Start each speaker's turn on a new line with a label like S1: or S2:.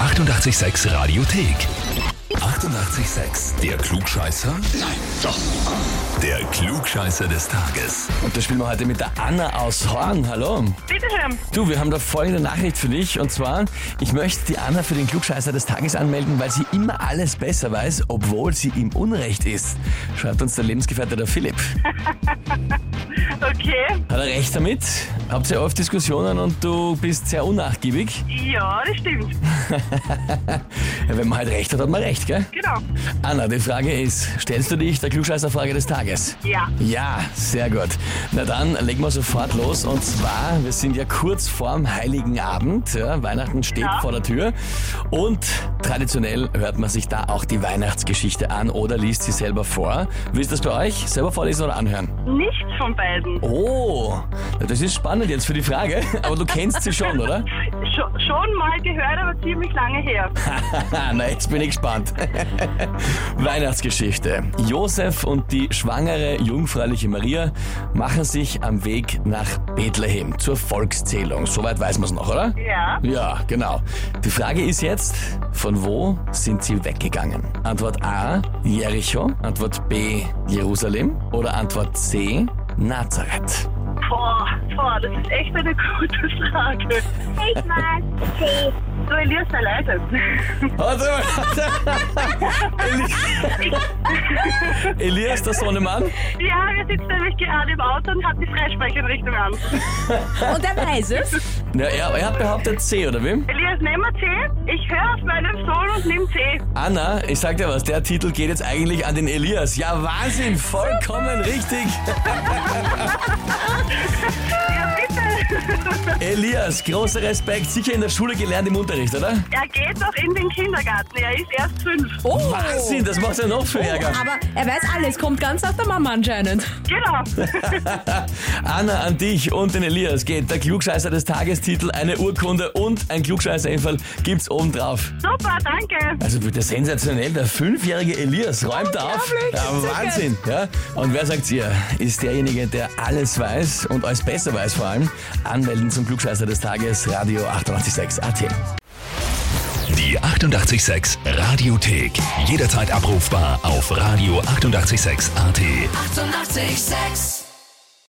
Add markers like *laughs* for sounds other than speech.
S1: 886 Radiothek. 88,6. Der Klugscheißer? Nein, doch. Der Klugscheißer des Tages.
S2: Und das spielen wir heute mit der Anna aus Horn. Hallo.
S3: Bitte schön.
S2: Du, wir haben da folgende Nachricht für dich. Und zwar, ich möchte die Anna für den Klugscheißer des Tages anmelden, weil sie immer alles besser weiß, obwohl sie im Unrecht ist. Schreibt uns der Lebensgefährte der Philipp.
S3: Okay.
S2: Hat er recht damit? Habt ihr oft Diskussionen und du bist sehr unnachgiebig?
S3: Ja, das stimmt.
S2: Ja, wenn man halt recht hat, hat man recht, gell?
S3: Genau.
S2: Anna, die Frage ist, stellst du dich der Klugscheißerfrage des Tages?
S3: Ja.
S2: Ja, sehr gut. Na dann legen wir sofort los. Und zwar, wir sind ja kurz vorm Heiligen Abend. Ja, Weihnachten steht
S3: Ja.
S2: vor der Tür. Und traditionell hört man sich da auch die Weihnachtsgeschichte an oder liest sie selber vor. Wie ist das bei euch? Selber vorlesen oder anhören?
S3: Nichts von beiden.
S2: Oh, na, das ist spannend jetzt für die Frage. *laughs* Aber du kennst sie schon, oder?
S3: Scho schon mal gehört, aber ziemlich lange her.
S2: Ah, Na, jetzt bin ich gespannt. *laughs* Weihnachtsgeschichte. Josef und die schwangere jungfräuliche Maria machen sich am Weg nach Bethlehem zur Volkszählung. Soweit weiß man es noch, oder?
S3: Ja.
S2: Ja, genau. Die Frage ist jetzt, von wo sind sie weggegangen? Antwort A, Jericho. Antwort B, Jerusalem. Oder Antwort C, Nazareth.
S3: Boah, boah, das ist echt eine gute Frage.
S4: Ich weiß, C.
S3: Du Elias erleidet.
S2: Warte *laughs* mal. Eli- Elias, der Sohnemann?
S3: Ja, wir sitzen nämlich gerade im Auto und hat die Freisprecheinrichtung an.
S5: Und er weiß es.
S2: Ja, er, er hat behauptet C, oder wie?
S3: Elias, nimm mal C. Ich höre auf meinen Sohn und nimm C.
S2: Anna, ich sag dir was, der Titel geht jetzt eigentlich an den Elias. Ja, Wahnsinn, vollkommen richtig.
S3: Ja, bitte.
S2: Elias, großer Respekt, sicher in der Schule gelernt im Unterricht, oder?
S3: Er geht noch in den Kindergarten. Er ist erst fünf.
S5: Oh.
S2: Wahnsinn, das macht ja noch für Ärger.
S5: Aber er weiß alles, kommt ganz aus der Mama anscheinend.
S3: Genau.
S2: Anna, an dich und den Elias geht der Klugscheißer des Tagestitel, eine Urkunde und ein Klugscheißer-Einfall gibt's obendrauf.
S3: Super, danke.
S2: Also bitte sensationell, der fünfjährige Elias räumt da auf.
S5: Unglaublich,
S2: Ja,
S5: sehr
S2: Wahnsinn. Ja? Und wer sagt's ihr? Ist derjenige, der alles weiß und alles besser weiß vor allem. Anmelden zum Klugscheißer des Tages, Radio 886 AT.
S1: Die 88,6 Radiothek. Jederzeit abrufbar auf radio886.at. 88,6.
S5: 886